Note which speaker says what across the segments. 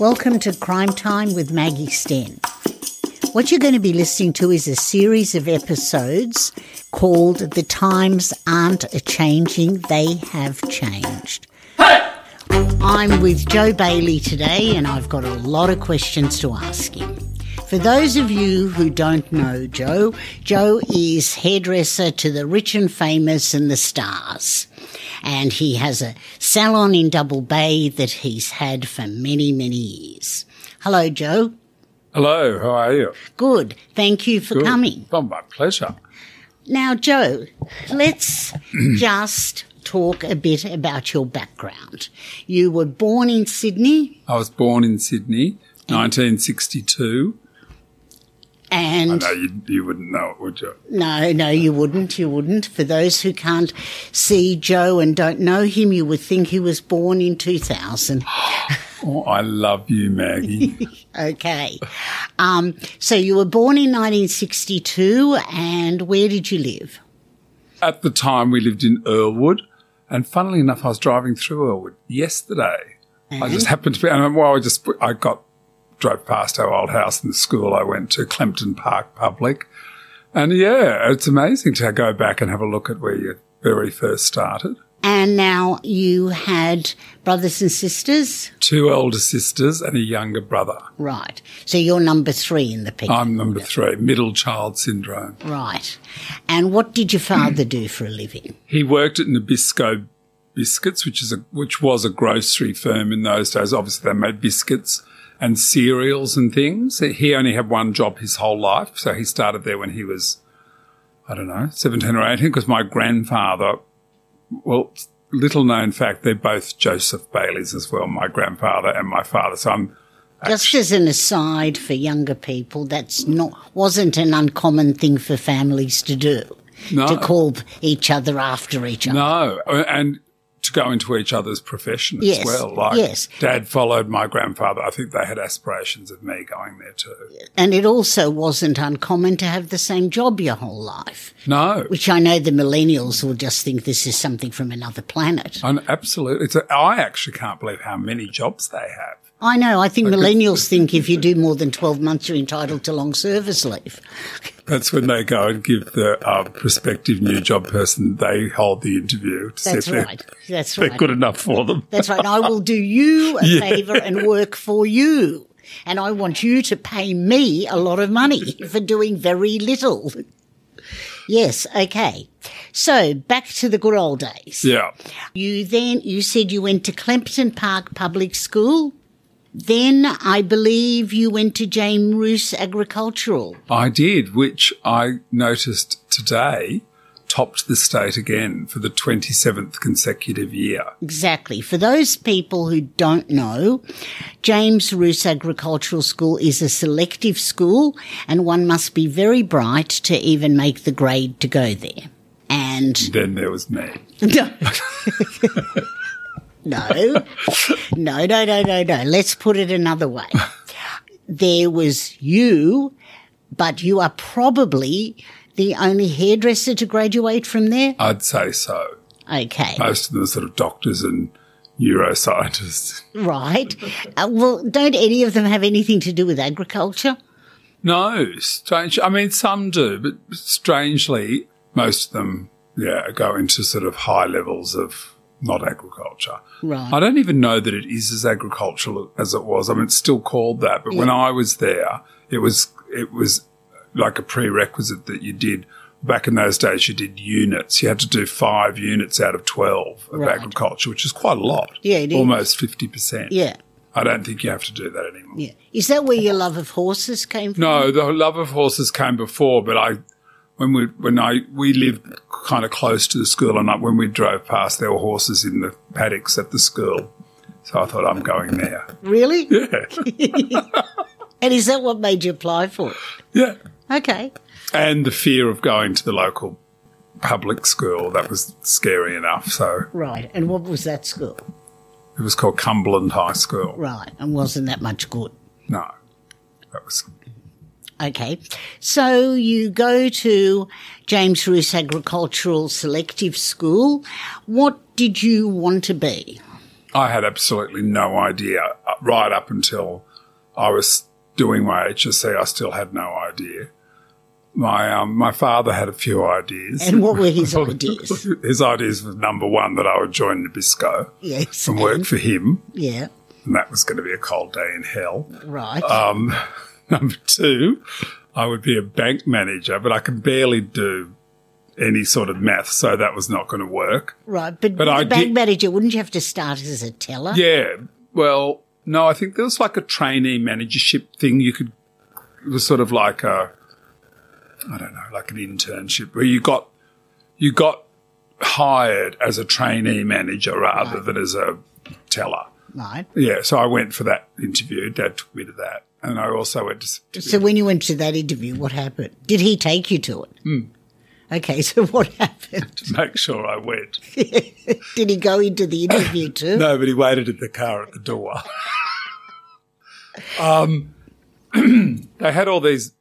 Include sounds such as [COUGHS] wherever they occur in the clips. Speaker 1: Welcome to Crime Time with Maggie Sten. What you're going to be listening to is a series of episodes called The Times Aren't a Changing, They Have Changed. I'm with Joe Bailey today and I've got a lot of questions to ask him. For those of you who don't know Joe, Joe is hairdresser to the rich and famous and the stars. And he has a salon in Double Bay that he's had for many, many years. Hello, Joe.
Speaker 2: Hello, how are you?
Speaker 1: Good. Thank you for
Speaker 2: Good.
Speaker 1: coming.
Speaker 2: Oh, my pleasure.
Speaker 1: Now, Joe, let's just talk a bit about your background. You were born in Sydney
Speaker 2: I was born in Sydney, 1962.
Speaker 1: and
Speaker 2: No, you, you wouldn't know it, would you?
Speaker 1: no, no, you wouldn't, you wouldn't. For those who can't see Joe and don't know him, you would think he was born in 2000.
Speaker 2: Oh, I love you, Maggie.
Speaker 1: Okay. Um, so you were born in 1962 and where did you live?
Speaker 2: [LAUGHS] At the time, we lived in Earlwood, and funnily enough, I was driving through Earlwood yesterday. I just happened to be, and well, I just I got drove past our old house and the school I went to, Clempton Park Public, and yeah, it's amazing to go back and have a look at where you very first started.
Speaker 1: And now you had brothers and sisters?
Speaker 2: Two elder sisters and a younger brother.
Speaker 1: Right. So you're number three in the picture.
Speaker 2: I'm number three, middle child syndrome.
Speaker 1: Right. And what did your father do for a living?
Speaker 2: He worked at Nabisco Biscuits, which is a which was a grocery firm in those days. Obviously, they made biscuits and cereals and things. He only had one job his whole life, so he started there when he was, I don't know, seventeen or eighteen. Because my grandfather, well, little known fact, they're both Joseph Baileys as well. My grandfather and my father. So I'm
Speaker 1: Just as an aside for younger people, that's not wasn't an uncommon thing for families to do.
Speaker 2: no,
Speaker 1: To call each other after each other.
Speaker 2: No, uh, and to go into each other's profession
Speaker 1: Yes,
Speaker 2: as well. Like
Speaker 1: yes.
Speaker 2: Dad followed my grandfather. I think they had aspirations of me going there too.
Speaker 1: And it also wasn't uncommon to have the same job your whole life.
Speaker 2: No,
Speaker 1: Which I know the millennials will just think this is something from another planet.
Speaker 2: and absolutely. It's a, I actually can't believe how many jobs they have.
Speaker 1: I know, I think millennials think if you do more than 12 months, you're entitled to long service leave.
Speaker 2: That's when they go and give the uh, prospective new job person they hold the interview. To see
Speaker 1: That's
Speaker 2: if they're-
Speaker 1: right. That's
Speaker 2: They're
Speaker 1: right.
Speaker 2: good enough for them.
Speaker 1: That's right. And I will do you a favor and work for you. And I want you to pay me a lot of money [LAUGHS] for doing very little. Yes, okay. So back to the good old days.
Speaker 2: Yeah.
Speaker 1: You then, you said you went to Clempton Park Public School. Then I believe you went to James Roos Agricultural.
Speaker 2: I did, which I noticed today topped the state again for the 27th consecutive year.
Speaker 1: Exactly. For those people who don't know, James Roos Agricultural School is a selective school and one must be very bright to even make the grade to go there. And
Speaker 2: Then there was me.
Speaker 1: [LAUGHS] no. no. No, no, no, no, no. Let's put it another way. There was you, but you are probably the only hairdresser to graduate from there.
Speaker 2: I'd say so.
Speaker 1: Okay.
Speaker 2: Most of them are sort of doctors and neuroscientists. [LAUGHS]
Speaker 1: Right. Uh, well, don't any of them have anything to do with agriculture?
Speaker 2: No, strange. I mean, some do, but strangely, most of them, yeah, go into sort of high levels of not agriculture.
Speaker 1: Right.
Speaker 2: I don't even know that it is as agricultural as it was. I mean, it's still called that, but when I was there, it was it was like a prerequisite that you did. Back in those days, you did units. You had to do five units out of twelve of
Speaker 1: Right.
Speaker 2: agriculture, which is quite a lot.
Speaker 1: Yeah, it is.
Speaker 2: almost fifty percent.
Speaker 1: Yeah.
Speaker 2: I don't think you have to do that anymore.
Speaker 1: Yeah. Is that where your love of horses came from?
Speaker 2: No, the love of horses came before, but I, when we, when I, we lived kind of close to the school and I, when we drove past, there were horses in the paddocks at the school. So I thought, I'm going there.
Speaker 1: Really? Yeah. [LAUGHS] and is that what made you apply for it?
Speaker 2: Yeah.
Speaker 1: Okay.
Speaker 2: And the fear of going to the local public school, that was scary enough. So
Speaker 1: Right. And what was that school?
Speaker 2: it was called Cumberland High School.
Speaker 1: Right. And wasn't that much good.
Speaker 2: No, that was,
Speaker 1: Okay. So you go to James Roos Agricultural Selective School. What did you want to be?
Speaker 2: I had absolutely no idea uh, right up until I was doing my HSC. I still had no idea. My um, my father had a few ideas. [LAUGHS]
Speaker 1: And what were his ideas?
Speaker 2: His ideas were number one that I would join Nabisco
Speaker 1: Yes.
Speaker 2: and work for him,
Speaker 1: Yeah,
Speaker 2: and that was going to be a cold day in hell.
Speaker 1: right.
Speaker 2: Um, [LAUGHS] number two, I would be a bank manager, but I can barely do any sort of math, so that was not going to work.
Speaker 1: right. But,
Speaker 2: but
Speaker 1: as
Speaker 2: I
Speaker 1: a bank
Speaker 2: did-
Speaker 1: manager, wouldn't you have to start as a teller?
Speaker 2: Yeah. Well, no, I think there was like a trainee managership thing you could, it was sort of like a, I don't know, like an internship where you got, you got hired as a trainee manager rather than as a teller.
Speaker 1: Right.
Speaker 2: Yeah. So I went for that interview. Dad took me to that. And I also went to,
Speaker 1: So when you went to that interview, what happened? Did he take you to it?
Speaker 2: Hmm.
Speaker 1: Okay, [LAUGHS] so what happened?
Speaker 2: to make sure I went.
Speaker 1: Did he go into the interview too?
Speaker 2: [COUGHS] No, but he waited in the car at the door. [LAUGHS] um, [CLEARS THROAT] they had all these.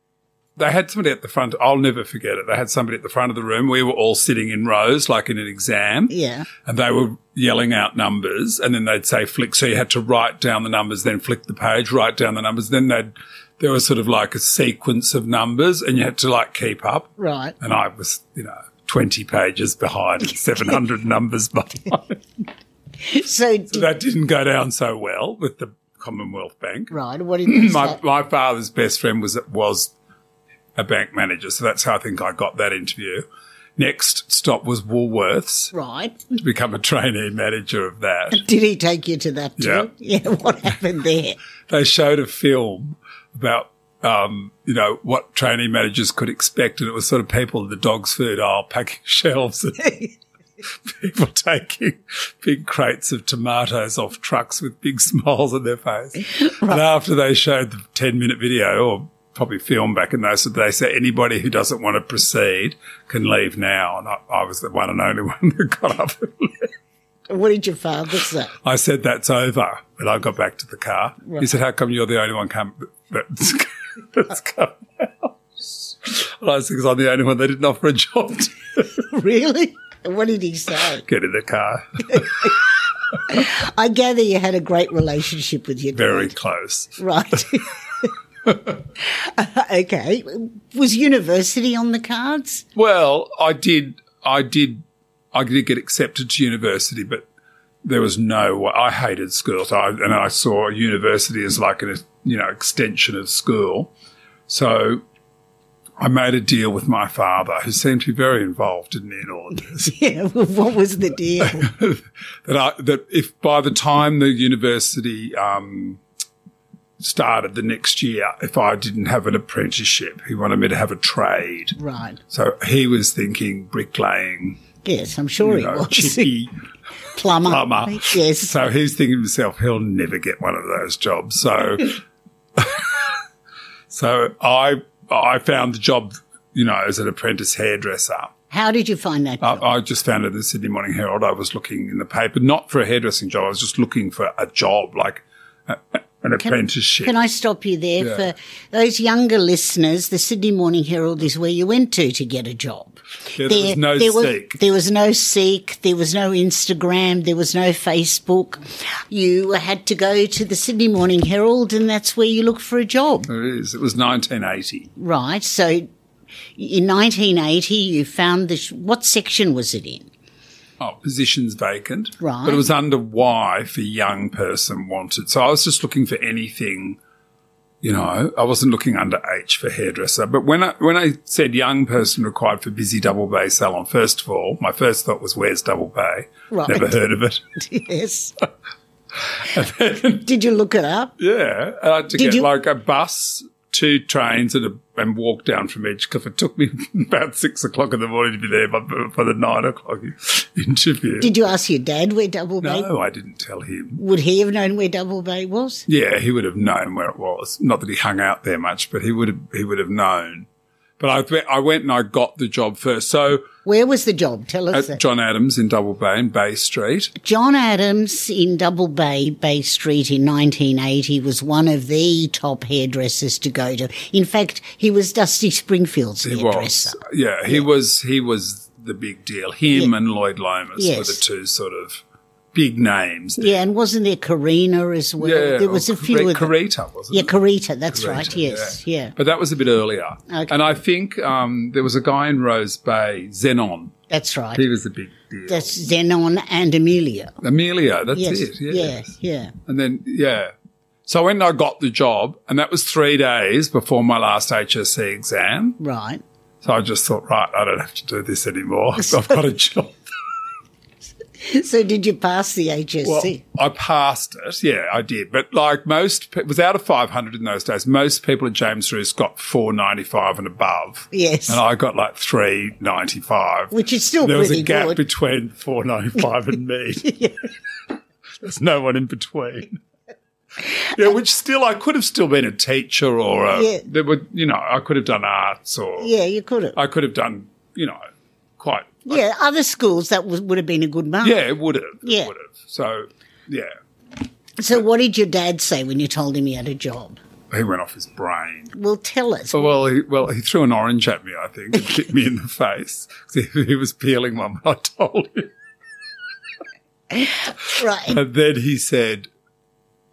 Speaker 2: They had somebody at the front. I'll never forget it. They had somebody at the front of the room. We were all sitting in rows, like in an exam,
Speaker 1: Yeah.
Speaker 2: and they were yelling out numbers. And then they'd say flick. So you had to write down the numbers, then flick the page, write down the numbers. Then they'd there was sort of like a sequence of numbers, and you had to like keep up.
Speaker 1: Right.
Speaker 2: And I was, you know, twenty pages behind, and seven hundred numbers behind.
Speaker 1: So did,
Speaker 2: That didn't go down so well with the Commonwealth Bank.
Speaker 1: right. What did you
Speaker 2: [COUGHS] My
Speaker 1: say?
Speaker 2: my father's best friend was was a bank manager, so that's how I think I got that interview. Next stop was Woolworths
Speaker 1: Right.
Speaker 2: to become a trainee manager of that.
Speaker 1: Did he take you to that too? [LAUGHS] Yeah. What happened there?
Speaker 2: They showed a film about um, you know what trainee managers could expect, and it was sort of people in the dog's food aisle packing [LAUGHS] shelves and people taking big crates of tomatoes off trucks with big smiles on their face. And after they showed the 10 minute video or probably film back in those, they said anybody who doesn't want to proceed can leave now. And I, I was the one and only [LAUGHS] one that got up. and left.
Speaker 1: What did your father say? [LAUGHS]
Speaker 2: I said, that's over. And I got back to the car. He said, how come you're the only one come, [LAUGHS] that's, that's come out? And I said, because I'm the only one they didn't offer a job to
Speaker 1: really? What did he say?
Speaker 2: get in the car.
Speaker 1: I gather you had a great relationship with your dad.
Speaker 2: Very close.
Speaker 1: Right. [LAUGHS] okay. Was university on the cards? [LAUGHS]
Speaker 2: Well, I did, I did, I did get accepted to university, but there was no way. I hated school, so I, and I saw university as like an you know extension of school. So I made a deal with my father, who seemed to be very involved in, in all of this,
Speaker 1: Yeah. Well, what was the
Speaker 2: [LAUGHS]
Speaker 1: deal?
Speaker 2: that I that if by the time the university um, started the next year, if I didn't have an apprenticeship, he wanted me to have a trade.
Speaker 1: right.
Speaker 2: So he was thinking bricklaying,
Speaker 1: Yes, I'm sure
Speaker 2: you know,
Speaker 1: he was.
Speaker 2: chippy.
Speaker 1: [LAUGHS] plumber.
Speaker 2: plumber.
Speaker 1: Yes.
Speaker 2: So he's thinking to himself, he'll never get one of those jobs. So,
Speaker 1: [LAUGHS]
Speaker 2: [LAUGHS] so I I found the job, you know, as an apprentice hairdresser.
Speaker 1: How did you find that?
Speaker 2: I,
Speaker 1: job?
Speaker 2: I just found it in the Sydney Morning Herald. I was looking in the paper, not for a hairdressing job. I was just looking for a job, like a- a- an apprenticeship.
Speaker 1: Can I stop you there for those younger listeners? The Sydney Morning Herald is where you went to to get a job.
Speaker 2: Yeah, there was no
Speaker 1: there was,
Speaker 2: Seek.
Speaker 1: There was no Seek. There was no Instagram. There was no Facebook. You had to go to the Sydney Morning Herald, and that's where you look for a job,
Speaker 2: it is. It was 1980.
Speaker 1: right? So, in 1980, you found this. What section was it in? [LAUGHS]
Speaker 2: Oh, positions vacant.
Speaker 1: Right.
Speaker 2: But it was under Y for young person wanted. So I was just looking for anything, you know, I wasn't looking under H for hairdresser. But when I, when I said young person required for busy double bay salon, first of all, my first thought was where's double bay?
Speaker 1: Right.
Speaker 2: Never heard of it.
Speaker 1: Yes. [LAUGHS] Did you look it up?
Speaker 2: yeah. And I had to
Speaker 1: Did
Speaker 2: get
Speaker 1: you-
Speaker 2: like a bus, two trains and a, and walk down from Edgecliffe. It took me [LAUGHS] about six o'clock in the morning to be there by, by the nine o'clock [LAUGHS] interview.
Speaker 1: Did you ask your dad where Double Bay?
Speaker 2: no, I didn't tell him.
Speaker 1: Would he have known where Double Bay was?
Speaker 2: Yeah, he would have known where it was. Not that he hung out there much, but he would have he would have known. But I went- I went and I got the job first. So
Speaker 1: Where was the job? Tell us
Speaker 2: at
Speaker 1: that.
Speaker 2: John Adams in Double Bay in Bay Street.
Speaker 1: John Adams in Double Bay, Bay Street in 1980 was one of the top hairdressers to go to. In fact, he was Dusty Springfield's
Speaker 2: He
Speaker 1: hairdresser.
Speaker 2: was yeah, he was he was the big deal. Him and Lloyd Lomas were
Speaker 1: Yes.
Speaker 2: the two sort of big names.
Speaker 1: Yeah, and wasn't there Karina as well?
Speaker 2: Yeah,
Speaker 1: there was
Speaker 2: or
Speaker 1: a few
Speaker 2: Cari-
Speaker 1: of them.
Speaker 2: Carita, wasn't
Speaker 1: Yeah,
Speaker 2: it?
Speaker 1: Carita, that's
Speaker 2: Carita,
Speaker 1: right, yes, yeah.
Speaker 2: But that was a bit earlier.
Speaker 1: Okay.
Speaker 2: And I think um, there was a guy in Rose Bay, Zenon.
Speaker 1: That's right.
Speaker 2: He was the big deal.
Speaker 1: That's Zenon and Amelia.
Speaker 2: Amelia, that's
Speaker 1: Yes,
Speaker 2: it. Yes.
Speaker 1: yeah, yeah.
Speaker 2: And then, yeah. So when I got the job, and that was three days before my last HSC exam,
Speaker 1: Right. [LAUGHS]
Speaker 2: so I just thought, right, I don't have to do this anymore. [LAUGHS]
Speaker 1: [LAUGHS]
Speaker 2: I've got a job.
Speaker 1: So did you pass the HSC?
Speaker 2: Well, I passed it. Yeah, I did. But like most, pe- it was out of 500 in those days. Most people at James Roos got 495 and above.
Speaker 1: Yes.
Speaker 2: And I got like 395.
Speaker 1: Which is still
Speaker 2: there was
Speaker 1: pretty
Speaker 2: a gap
Speaker 1: good.
Speaker 2: between 495
Speaker 1: [LAUGHS]
Speaker 2: and me. There's no one in between. Yeah, which still, I could have still been a teacher or a,
Speaker 1: Yeah.
Speaker 2: there were, you know, I could have done arts or
Speaker 1: yeah, you could have.
Speaker 2: I could have done, you know, quite,
Speaker 1: yeah, other schools that was, would have been a good mark.
Speaker 2: yeah, it would have. it
Speaker 1: Yeah.
Speaker 2: would have. So, yeah.
Speaker 1: So what did your dad say when you told him he had a job?
Speaker 2: He went off his brain.
Speaker 1: Well, tell us.
Speaker 2: Well, he, well, he threw an orange at me, I think, and hit me in the [LAUGHS] face. 'Cause He, he was peeling one. I told him,
Speaker 1: Right.
Speaker 2: and then he said,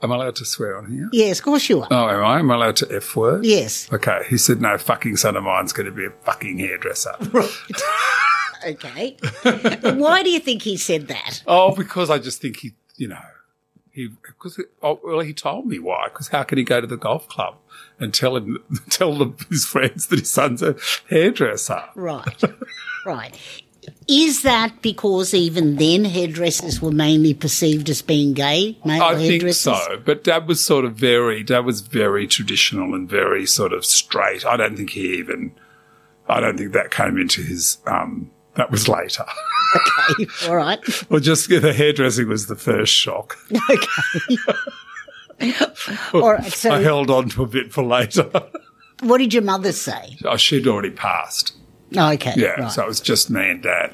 Speaker 2: "Am I allowed to swear on here?
Speaker 1: Yes, of course you are.
Speaker 2: Oh, am I? Am I allowed to f word?
Speaker 1: Yes.
Speaker 2: Okay." He said, "No, fucking son of mine's going to be a fucking hairdresser."
Speaker 1: Okay. Why do you think he said that?
Speaker 2: oh, because I just think he, you know, he because oh, well, he told me why. Because how can he go to the golf club and tell him [LAUGHS] tell the, his friends that his son's a hairdresser?
Speaker 1: Right. right. Is that because even then hairdressers were mainly perceived as being gay? Male
Speaker 2: I think
Speaker 1: hairdressers?
Speaker 2: so. But Dad was sort of very, Dad was very traditional and very sort of straight. I don't think he even, I don't think that came into his, um, that was later. [LAUGHS]
Speaker 1: Okay. [LAUGHS] All right.
Speaker 2: well, just the hairdressing was the first shock.
Speaker 1: All right.
Speaker 2: I
Speaker 1: So,
Speaker 2: held on to a bit for later. [LAUGHS]
Speaker 1: what did your mother say?
Speaker 2: oh, she'd already passed.
Speaker 1: Oh, okay.
Speaker 2: Yeah.
Speaker 1: Right.
Speaker 2: So it was just me and Dad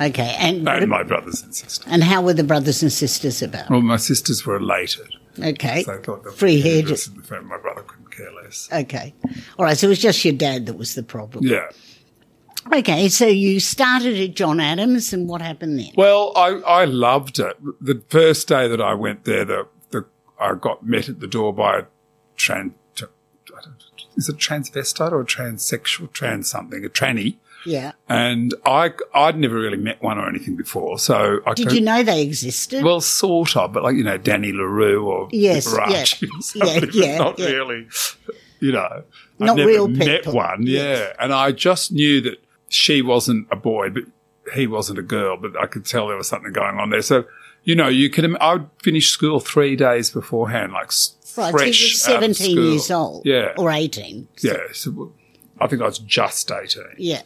Speaker 1: okay. And
Speaker 2: and my brothers and sisters.
Speaker 1: and how were the brothers and sisters about?
Speaker 2: Well, my sisters were elated.
Speaker 1: Okay.
Speaker 2: They thought that
Speaker 1: Free hairdress-
Speaker 2: hairdressing. the family. My brother couldn't care less.
Speaker 1: Okay. All right. So it was just your dad that was the problem.
Speaker 2: Yeah.
Speaker 1: Okay. So you started at John Adams, and what happened then?
Speaker 2: Well, I, I loved it. The first day that I went there, the, the I got met at the door by a trans. Is it transvestite or a transsexual, trans something, a tranny?
Speaker 1: Yeah.
Speaker 2: And I, I'd never really met one or anything before, so I
Speaker 1: Did
Speaker 2: could-
Speaker 1: you know they existed?
Speaker 2: well, sort of, but like you know, Danny Larue or
Speaker 1: Yes,
Speaker 2: [LAUGHS] Liberace
Speaker 1: yeah.
Speaker 2: or somebody,
Speaker 1: Yeah,
Speaker 2: but
Speaker 1: yeah,
Speaker 2: not
Speaker 1: yeah.
Speaker 2: really, you know,
Speaker 1: Not
Speaker 2: I've never
Speaker 1: real
Speaker 2: met
Speaker 1: people.
Speaker 2: one, yeah.
Speaker 1: Yes.
Speaker 2: And I just knew that she wasn't a boy, but he wasn't a girl, but I could tell there was something going on there. So you know, you could. im- I would finish school three days beforehand, like s-
Speaker 1: right.
Speaker 2: fresh
Speaker 1: so you
Speaker 2: out
Speaker 1: were
Speaker 2: of
Speaker 1: 17
Speaker 2: school.
Speaker 1: years old.
Speaker 2: Yeah,
Speaker 1: Or 18.
Speaker 2: yeah. So I think I was just eighteen,
Speaker 1: Yeah.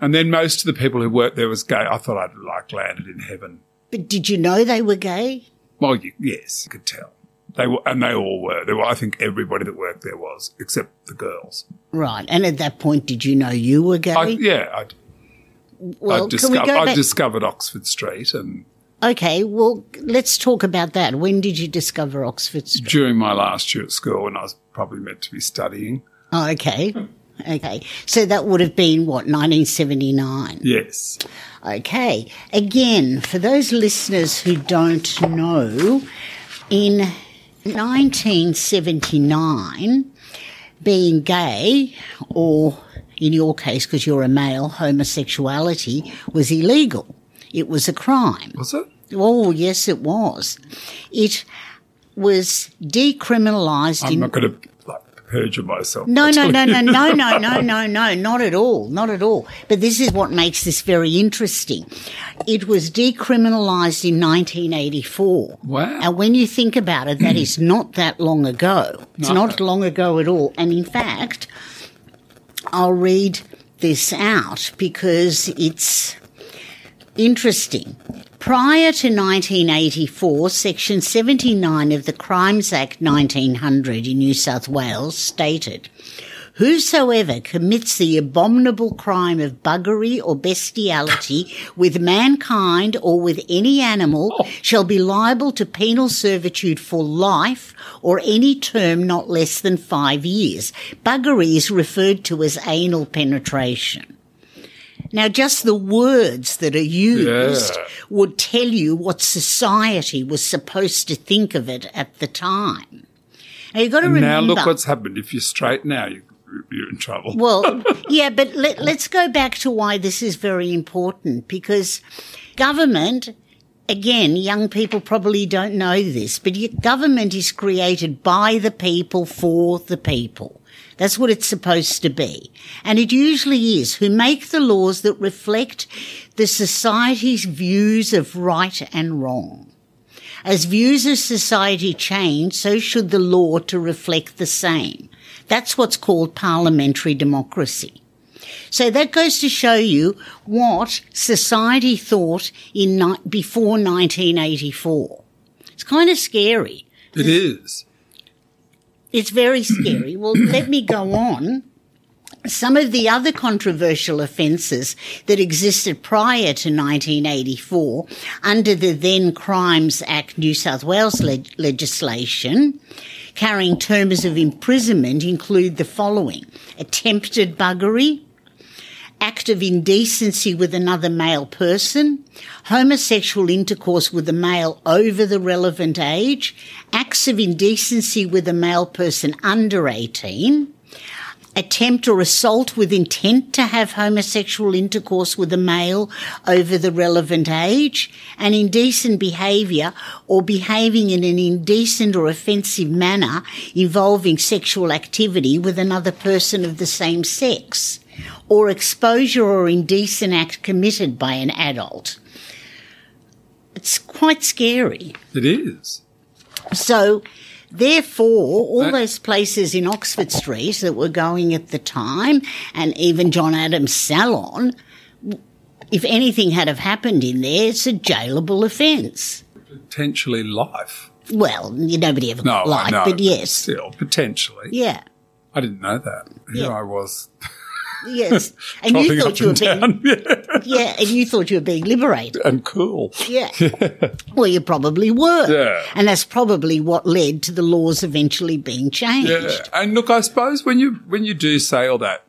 Speaker 2: and then most of the people who worked there was gay. I thought I'd like landed in heaven.
Speaker 1: But did you know they were gay?
Speaker 2: Well, you, yes, you could tell. They were, and they all were. There were, I think, everybody that worked there was, except the girls.
Speaker 1: Right. And at that point, did you know you were gay?
Speaker 2: I, yeah, I,
Speaker 1: well,
Speaker 2: I,
Speaker 1: can we
Speaker 2: discovered,
Speaker 1: go
Speaker 2: I
Speaker 1: back?
Speaker 2: discovered Oxford Street, and
Speaker 1: okay. Well, let's talk about that. When did you discover Oxford Street?
Speaker 2: during my last year at school, when I was probably meant to be studying,
Speaker 1: Oh, okay. Okay. So that would have been what, 1979?
Speaker 2: yes,
Speaker 1: Okay. Again, for those listeners who don't know, in 1979, being gay, or in your case, because you're a male, homosexuality was illegal. It was a crime.
Speaker 2: was it?
Speaker 1: Oh, yes, it was. It was decriminalised
Speaker 2: I'm
Speaker 1: in
Speaker 2: not going to like perjure myself.
Speaker 1: no, no,
Speaker 2: actually.
Speaker 1: no, no, no, no, no, no, no, not at all, not at all. But this is what makes this very interesting. It was decriminalised in 1984.
Speaker 2: Wow.
Speaker 1: And when you think about it, that is not that long ago. It's not long ago at all. And in fact, I'll read this out because it's interesting. Prior to 1984, Section 79 of the Crimes Act 1900 in New South Wales stated Whosoever commits the abominable crime of buggery or
Speaker 2: [LAUGHS]
Speaker 1: bestiality with mankind or with any animal
Speaker 2: Oh.
Speaker 1: shall be liable to penal servitude for life or any term not less than five years. Buggery is referred to as anal penetration. Now, just the words that are used
Speaker 2: Yeah.
Speaker 1: would tell you what society was supposed to think of it at the time. Now, you've got to remember.
Speaker 2: Now look what's happened. If you're straight now, you, you're in trouble.
Speaker 1: [LAUGHS] Well, yeah, but let, let's go back to why this is very important because government, again, young people probably don't know this, but y- government is created by the people for the people. That's what it's supposed to be. And it usually is who make the laws that reflect the society's views of right and wrong. As views of society change, so should the law to reflect the same. That's what's called parliamentary democracy. So that goes to show you what society thought in ni- before 1984. It's kind of scary.
Speaker 2: it is.
Speaker 1: It's very scary. well, let me go on. Some of the other controversial offences that existed prior to 1984 under the then Crimes Act New South Wales leg- legislation carrying terms of imprisonment include the following attempted buggery, act of indecency with another male person, homosexual intercourse with a male over the relevant age, acts of indecency with a male person under 18, attempt or assault with intent to have homosexual intercourse with a male over the relevant age, and indecent behaviour or behaving in an indecent or offensive manner involving sexual activity with another person of the same sex, or exposure or indecent act committed by an adult. It's quite scary.
Speaker 2: It is.
Speaker 1: So, therefore, all
Speaker 2: That-
Speaker 1: those places in Oxford Street that were going at the time, and even John Adams' salon, if anything had have happened in there, it's a jailable offence.
Speaker 2: Potentially life.
Speaker 1: Well, nobody ever
Speaker 2: No,
Speaker 1: got life,
Speaker 2: I know.
Speaker 1: but yes,
Speaker 2: Still, potentially.
Speaker 1: yeah.
Speaker 2: I didn't know that. Here
Speaker 1: Yeah.
Speaker 2: I was.
Speaker 1: Yes,
Speaker 2: [LAUGHS]
Speaker 1: and
Speaker 2: Hopping
Speaker 1: you
Speaker 2: up
Speaker 1: thought you were
Speaker 2: and
Speaker 1: being
Speaker 2: down. [LAUGHS] Yeah.
Speaker 1: yeah, and you thought you were being liberated.
Speaker 2: and cool. [LAUGHS]
Speaker 1: Yeah. Well, you probably were,
Speaker 2: Yeah.
Speaker 1: and that's probably what led to the laws eventually being changed.
Speaker 2: Yeah. And look, I suppose when you when you do say all that,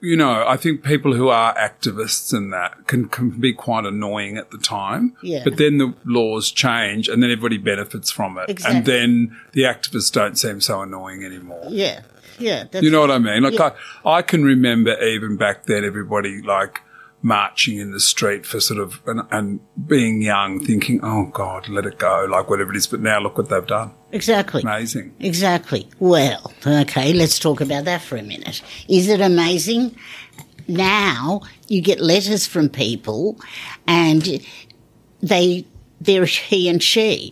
Speaker 2: you know, I think people who are activists and that can, can be quite annoying at the time.
Speaker 1: Yeah.
Speaker 2: But then the laws change and then everybody benefits from it.
Speaker 1: Exactly.
Speaker 2: And then the activists don't seem so annoying anymore.
Speaker 1: yeah, yeah. That's
Speaker 2: You know what I mean? Like I, I can remember even back then, everybody like marching in the street for sort of and, and being young, thinking, "Oh God, let it go," like whatever it is. But now look what they've done.
Speaker 1: exactly.
Speaker 2: Amazing.
Speaker 1: Exactly. Well, okay, let's talk about that for a minute. Is it amazing? Now you get letters from people and they, they're he and she.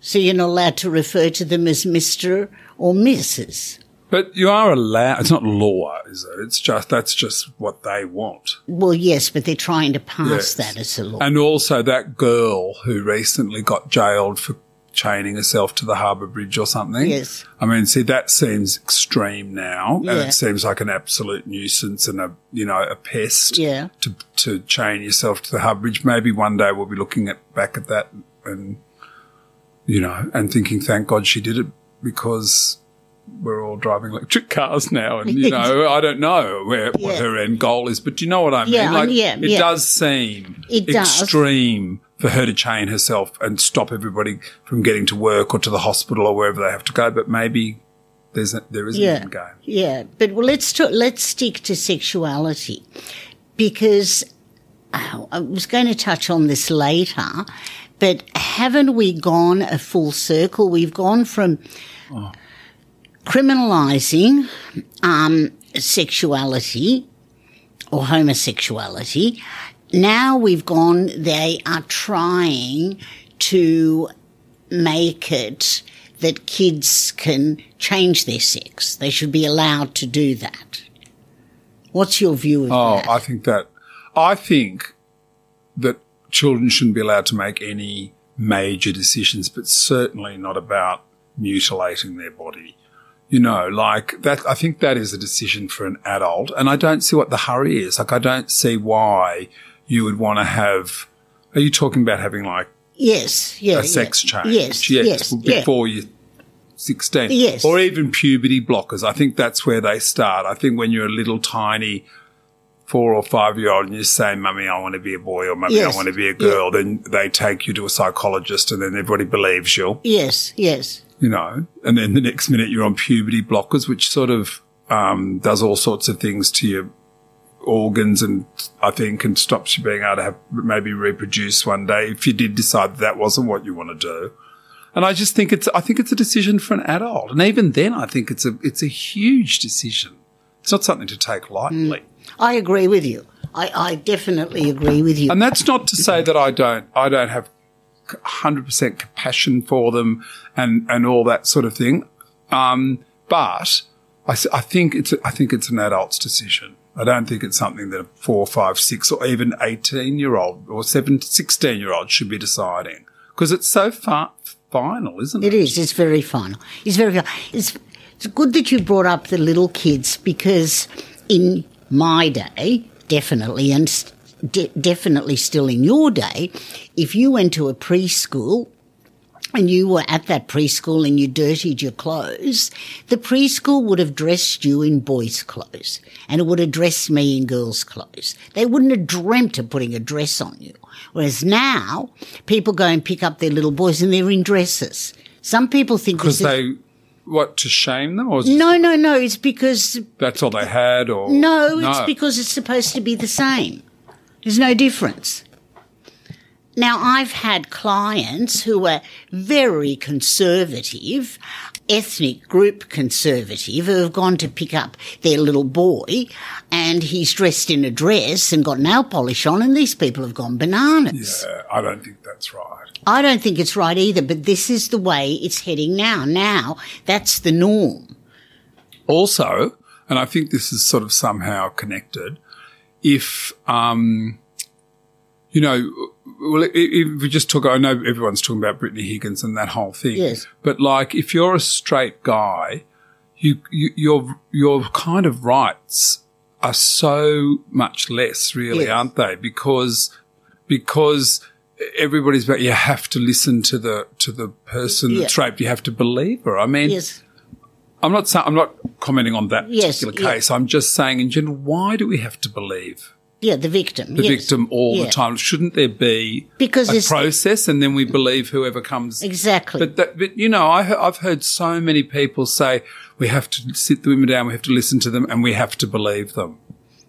Speaker 1: So you're not allowed to refer to them as Mr. or Mrs.
Speaker 2: But you are allowed. It's not law, is it? It's just that's just what they want.
Speaker 1: Well, yes, but they're trying to pass
Speaker 2: Yes.
Speaker 1: that as a law.
Speaker 2: And also that girl who recently got jailed for chaining herself to the harbour bridge or something.
Speaker 1: Yes.
Speaker 2: I mean, see, that seems extreme now, and
Speaker 1: Yeah.
Speaker 2: it seems like an absolute nuisance and a you know a pest.
Speaker 1: Yeah.
Speaker 2: To to chain yourself to the harbour bridge. Maybe one day we'll be looking at back at that and you know and thinking, thank God she did it because. We're all driving electric cars now, and you
Speaker 1: [LAUGHS]
Speaker 2: know I don't know where what
Speaker 1: Yeah.
Speaker 2: her end goal is, but do you know what I mean?
Speaker 1: Yeah, I
Speaker 2: like
Speaker 1: mean, yeah,
Speaker 2: it
Speaker 1: yeah.
Speaker 2: does seem
Speaker 1: It does.
Speaker 2: extreme for her to chain herself and stop everybody from getting to work or to the hospital or wherever they have to go. But maybe there's a, there is an end game.
Speaker 1: Yeah, but well, let's talk, let's stick to sexuality because oh, I was going to touch on this later, but haven't we gone a full circle? We've gone from criminalizing um, sexuality or homosexuality. Now we've gone, they are trying to make it that kids can change their sex. They should be allowed to do that. What's your view of
Speaker 2: Oh,
Speaker 1: that?
Speaker 2: I think that I think that children shouldn't be allowed to make any major decisions, but certainly not about mutilating their body. You know, like that, I think that is a decision for an adult. And I don't see what the hurry is. Like, I don't see why you would want to have, are you talking about having like
Speaker 1: yes, yeah,
Speaker 2: a sex
Speaker 1: yeah.
Speaker 2: change.
Speaker 1: Yes, yes, yeah.
Speaker 2: before you're 16.
Speaker 1: Yes.
Speaker 2: Or even puberty blockers. I think that's where they start. I think when you're a little tiny four or five year old and you say, Mummy, I want to be a boy or Mummy,
Speaker 1: Yes.
Speaker 2: I want to be a girl, then they take you to a psychologist and then everybody believes you,
Speaker 1: Yes, yes.
Speaker 2: you know. And then the next minute you're on puberty blockers, which sort of um, does all sorts of things to your organs and I think and stops you being able to have maybe reproduce one day if you did decide that, that wasn't what you want to do. And I just think it's I think it's a decision for an adult. And even then I think it's a it's a huge decision. It's not something to take lightly.
Speaker 1: I agree with you. I, I definitely agree with you.
Speaker 2: And that's not to say that I don't I don't have hundred percent compassion for them and and all that sort of thing. Um, but I, s- I think it's I think it's an adult's decision. I don't think it's something that a four, five, six, or even eighteen year old or seven, 16 year old should be deciding because it's so far final, isn't it?
Speaker 1: It is. It's very final. It's very final. It's, it's good that you brought up the little kids because in my day, definitely, and s- de- definitely still in your day, if you went to a preschool and you were at that preschool and you dirtied your clothes, the preschool would have dressed you in boys' clothes and it would have dressed me in girls' clothes. They wouldn't have dreamt of putting a dress on you. Whereas now, people go and pick up their little boys and they're in dresses. Some people think
Speaker 2: Because
Speaker 1: this is-
Speaker 2: they what to shame them, or is
Speaker 1: no, no, no. It's because
Speaker 2: that's all they had, or
Speaker 1: No, it's because it's supposed to be the same. There's no difference. Now, I've had clients who were very conservative, ethnic group conservative, who have gone to pick up their little boy and he's dressed in a dress and got nail polish on, and these people have gone bananas.
Speaker 2: Yeah, I don't think that's right.
Speaker 1: I don't think it's right either, but this is the way it's heading now. Now, that's the norm.
Speaker 2: Also, and I think this is sort of somehow connected, if, um, you know, well, i- if we just talk, I know everyone's talking about Brittany Higgins and that whole thing.
Speaker 1: Yes.
Speaker 2: But like, if you're a straight guy, you, you your, your kind of rights are so much less really,
Speaker 1: Yes.
Speaker 2: aren't they? Because, because everybody's about, you have to listen to the, to the person
Speaker 1: Yeah.
Speaker 2: that's raped. You have to believe her. I mean,
Speaker 1: Yes.
Speaker 2: I'm not. sa- I'm not commenting on that
Speaker 1: Yes,
Speaker 2: particular
Speaker 1: yeah.
Speaker 2: case. I'm just saying, in general, why do we have to believe
Speaker 1: Yeah, the victim.
Speaker 2: the victim all
Speaker 1: Yeah.
Speaker 2: the time? Shouldn't there be
Speaker 1: Because
Speaker 2: a
Speaker 1: it's
Speaker 2: process, and then we believe whoever comes?
Speaker 1: exactly.
Speaker 2: But that, but you know, I, he- I've heard so many people say we have to sit the women down, we have to listen to them, and we have to believe them.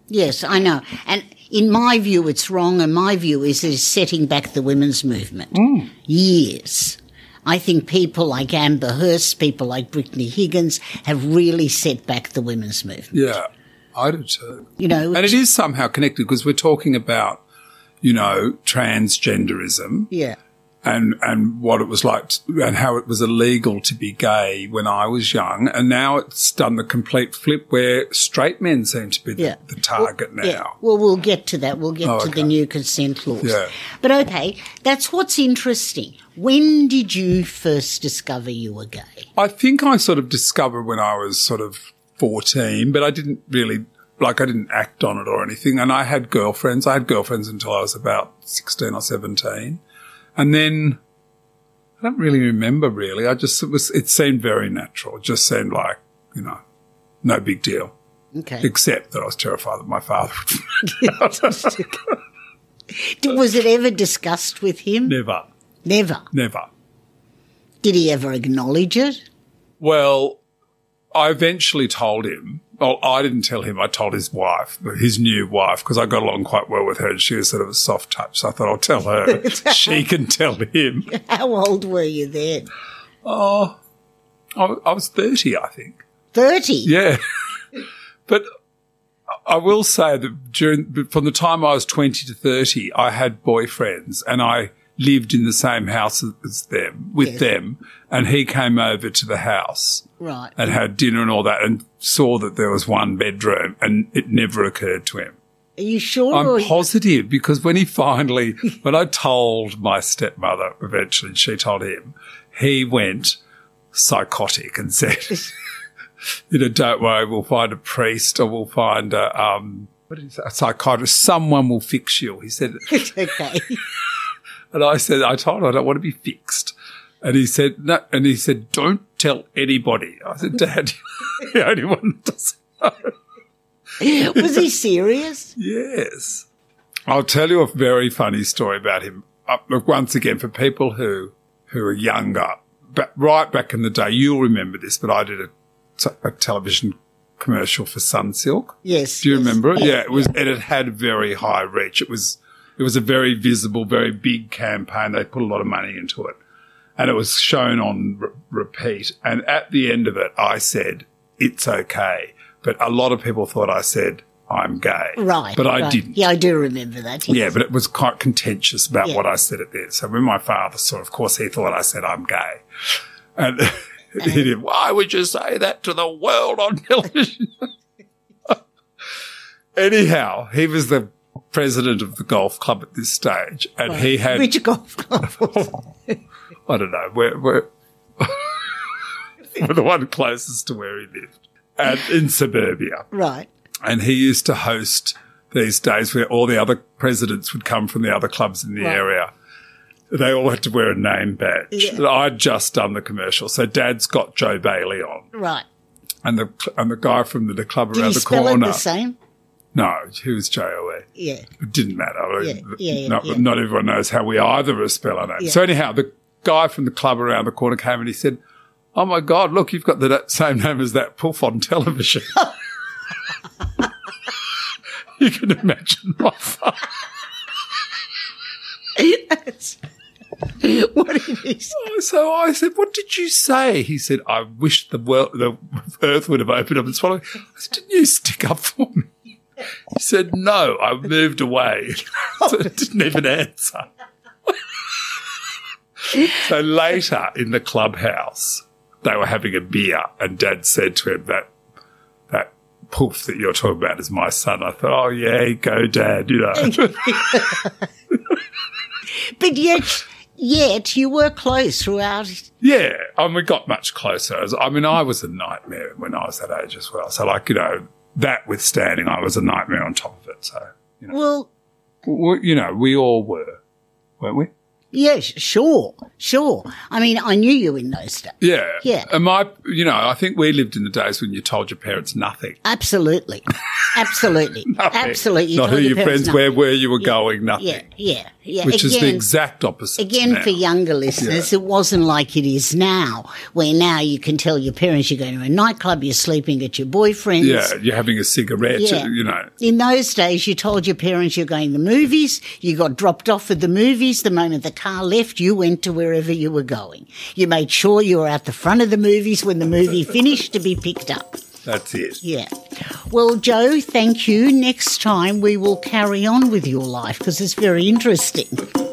Speaker 1: Yes, I know. And in my view, it's wrong. And my view is it's setting back the women's movement.
Speaker 2: Mm.
Speaker 1: Years. I think people like Amber Hearst, people like Brittany Higgins have really set back the women's movement.
Speaker 2: Yeah, I do too.
Speaker 1: You know,
Speaker 2: And it is somehow connected because we're talking about, you know, transgenderism.
Speaker 1: yeah,
Speaker 2: and and what it was like to, and how it was illegal to be gay when I was young, and now it's done the complete flip where straight men seem to be the,
Speaker 1: Yeah.
Speaker 2: the target
Speaker 1: yeah.
Speaker 2: now. Oh,
Speaker 1: Well, we'll get to that. We'll get to
Speaker 2: okay.
Speaker 1: the new consent laws.
Speaker 2: Yeah.
Speaker 1: But okay, that's what's interesting. When did you first discover you were gay?
Speaker 2: I think I sort of discovered when I was sort of fourteen, but I didn't really like I didn't act on it or anything. And I had girlfriends. I had girlfriends until I was about sixteen or seventeen, and then. I don't really remember really. I just, it was, it seemed very natural. It just seemed like, you know, no big deal.
Speaker 1: Okay.
Speaker 2: except that I was terrified that my father would [LAUGHS]
Speaker 1: Was it ever discussed with him?
Speaker 2: never,
Speaker 1: Never.
Speaker 2: never.
Speaker 1: Did he ever acknowledge it?
Speaker 2: Well, I eventually told him. Well, I didn't tell him. I told his wife, his new wife, because I got along quite well with her, and she was sort of a soft touch. So I thought I'll [LAUGHS] tell her. she can tell [LAUGHS] him.
Speaker 1: How old were you then?
Speaker 2: I, I was thirty, I think.
Speaker 1: 30.
Speaker 2: Yeah. [LAUGHS] but I will say that during, from the time I was 20 to 30, I had boyfriends and I lived in the same house as them, with
Speaker 1: Yes.
Speaker 2: them. And he came over to the house
Speaker 1: Right.
Speaker 2: and had dinner and all that and saw that there was one bedroom and it never occurred to him.
Speaker 1: Are you sure?
Speaker 2: I'm
Speaker 1: or-
Speaker 2: positive because when he finally, when I told my stepmother eventually, and she told him, he went psychotic and said, [LAUGHS] you know, don't worry, we'll find a priest or we'll find a, um, what is that, a psychiatrist? Someone will fix you. He said,
Speaker 1: [LAUGHS] okay.
Speaker 2: and I said, I told her I don't want to be fixed. And he said, no, and he said, [LAUGHS] don't tell anybody. I said, Dad, you're the only one that doesn't know.
Speaker 1: Was he
Speaker 2: [LAUGHS]
Speaker 1: serious?
Speaker 2: Yes. I'll tell you a very funny story about him. Uh, Look, once again, for people who, who are younger, but right back in the day, you'll remember this, but I did a, t- a television commercial for Sunsilk.
Speaker 1: Yes.
Speaker 2: Do you
Speaker 1: yes.
Speaker 2: remember it? Yeah, it was, and it had very high reach. It was, it was a very visible, very big campaign. They put a lot of money into it, and it was shown on re- repeat. And at the end of it, I said, "It's okay," but a lot of people thought I said, "I'm gay,"
Speaker 1: Right.
Speaker 2: But I
Speaker 1: right.
Speaker 2: didn't.
Speaker 1: Yeah, I do remember that.
Speaker 2: Yeah, but it was quite contentious about
Speaker 1: Yeah.
Speaker 2: what I said at the end. So when my father saw, of course, he thought I said I'm gay, and [LAUGHS] he did. Why would you say that to the world on [LAUGHS] television? Anyhow, he was the president of the golf club at this stage, and he
Speaker 1: [LAUGHS]
Speaker 2: had
Speaker 1: Which golf club? [LAUGHS]
Speaker 2: I don't know where where [LAUGHS] the one closest to where he lived, and in suburbia.
Speaker 1: right.
Speaker 2: And he used to host these days where all the other presidents would come from the other clubs in the
Speaker 1: Right.
Speaker 2: area. They all had to wear a name badge.
Speaker 1: Yeah.
Speaker 2: And I'd just done the commercial. So dad's got Joe Bailey on
Speaker 1: Right.
Speaker 2: and the, and the guy from the, the club
Speaker 1: Did
Speaker 2: around
Speaker 1: you
Speaker 2: the
Speaker 1: spell it
Speaker 2: corner.
Speaker 1: the same?
Speaker 2: no, he was E. J-O-E.
Speaker 1: Yeah. [LAUGHS]
Speaker 2: It didn't matter. I mean,
Speaker 1: Yeah, yeah, yeah,
Speaker 2: not,
Speaker 1: yeah.
Speaker 2: not everyone knows how we either of us spell our name. So anyhow, the guy from the club around the corner came and he said, "Oh my God, look, you've got the that same name as that poof
Speaker 1: [LAUGHS]
Speaker 2: on television." [LAUGHS] you can imagine my father.
Speaker 1: That's- what it is.
Speaker 2: So I said, "What did you say?" He said, "I wish the world, the earth would have opened up and swallowed." me." I said, "Didn't you stick up for me?" He said, "No, I moved away." [LAUGHS] so I didn't even answer. so later in the clubhouse, they were having a beer, and Dad said to him that that poof that you're talking about is my son. I thought, "Oh yeah, go Dad," you know.
Speaker 1: But yet, yet you were close throughout.
Speaker 2: Yeah, and we got much closer. As- I mean, I was a nightmare when I was that age as well. So, like you know, that withstanding, I was a nightmare on top of it. So, you know,
Speaker 1: Well,
Speaker 2: w- you know, we all were, weren't we?
Speaker 1: yes, sure, sure. I mean, I knew you in those days.
Speaker 2: Yeah,
Speaker 1: Yeah.
Speaker 2: And my, you know, I think we lived in the days when you told your parents nothing,
Speaker 1: Absolutely, absolutely, absolutely. You
Speaker 2: [LAUGHS] not who
Speaker 1: told
Speaker 2: your
Speaker 1: parents
Speaker 2: friends, where where you were going, nothing,
Speaker 1: Yeah, yeah, yeah.
Speaker 2: which is
Speaker 1: again,
Speaker 2: the exact opposite. to
Speaker 1: again
Speaker 2: now.
Speaker 1: for younger listeners, it wasn't like it is now, where now you can tell your parents you're going to a nightclub, you're sleeping at your boyfriend's.
Speaker 2: yeah, you're having a cigarette,
Speaker 1: Yeah.
Speaker 2: you know.
Speaker 1: In those days, you told your parents you're going to the movies. You got dropped off at the movies. The moment the car left, you went to wherever you were going. You made sure you were at the front of the movies when the
Speaker 2: [LAUGHS]
Speaker 1: movie finished to be picked up.
Speaker 2: That's it.
Speaker 1: Yeah. Well, Joe, thank you. Next time we will carry on with your life because it's very interesting.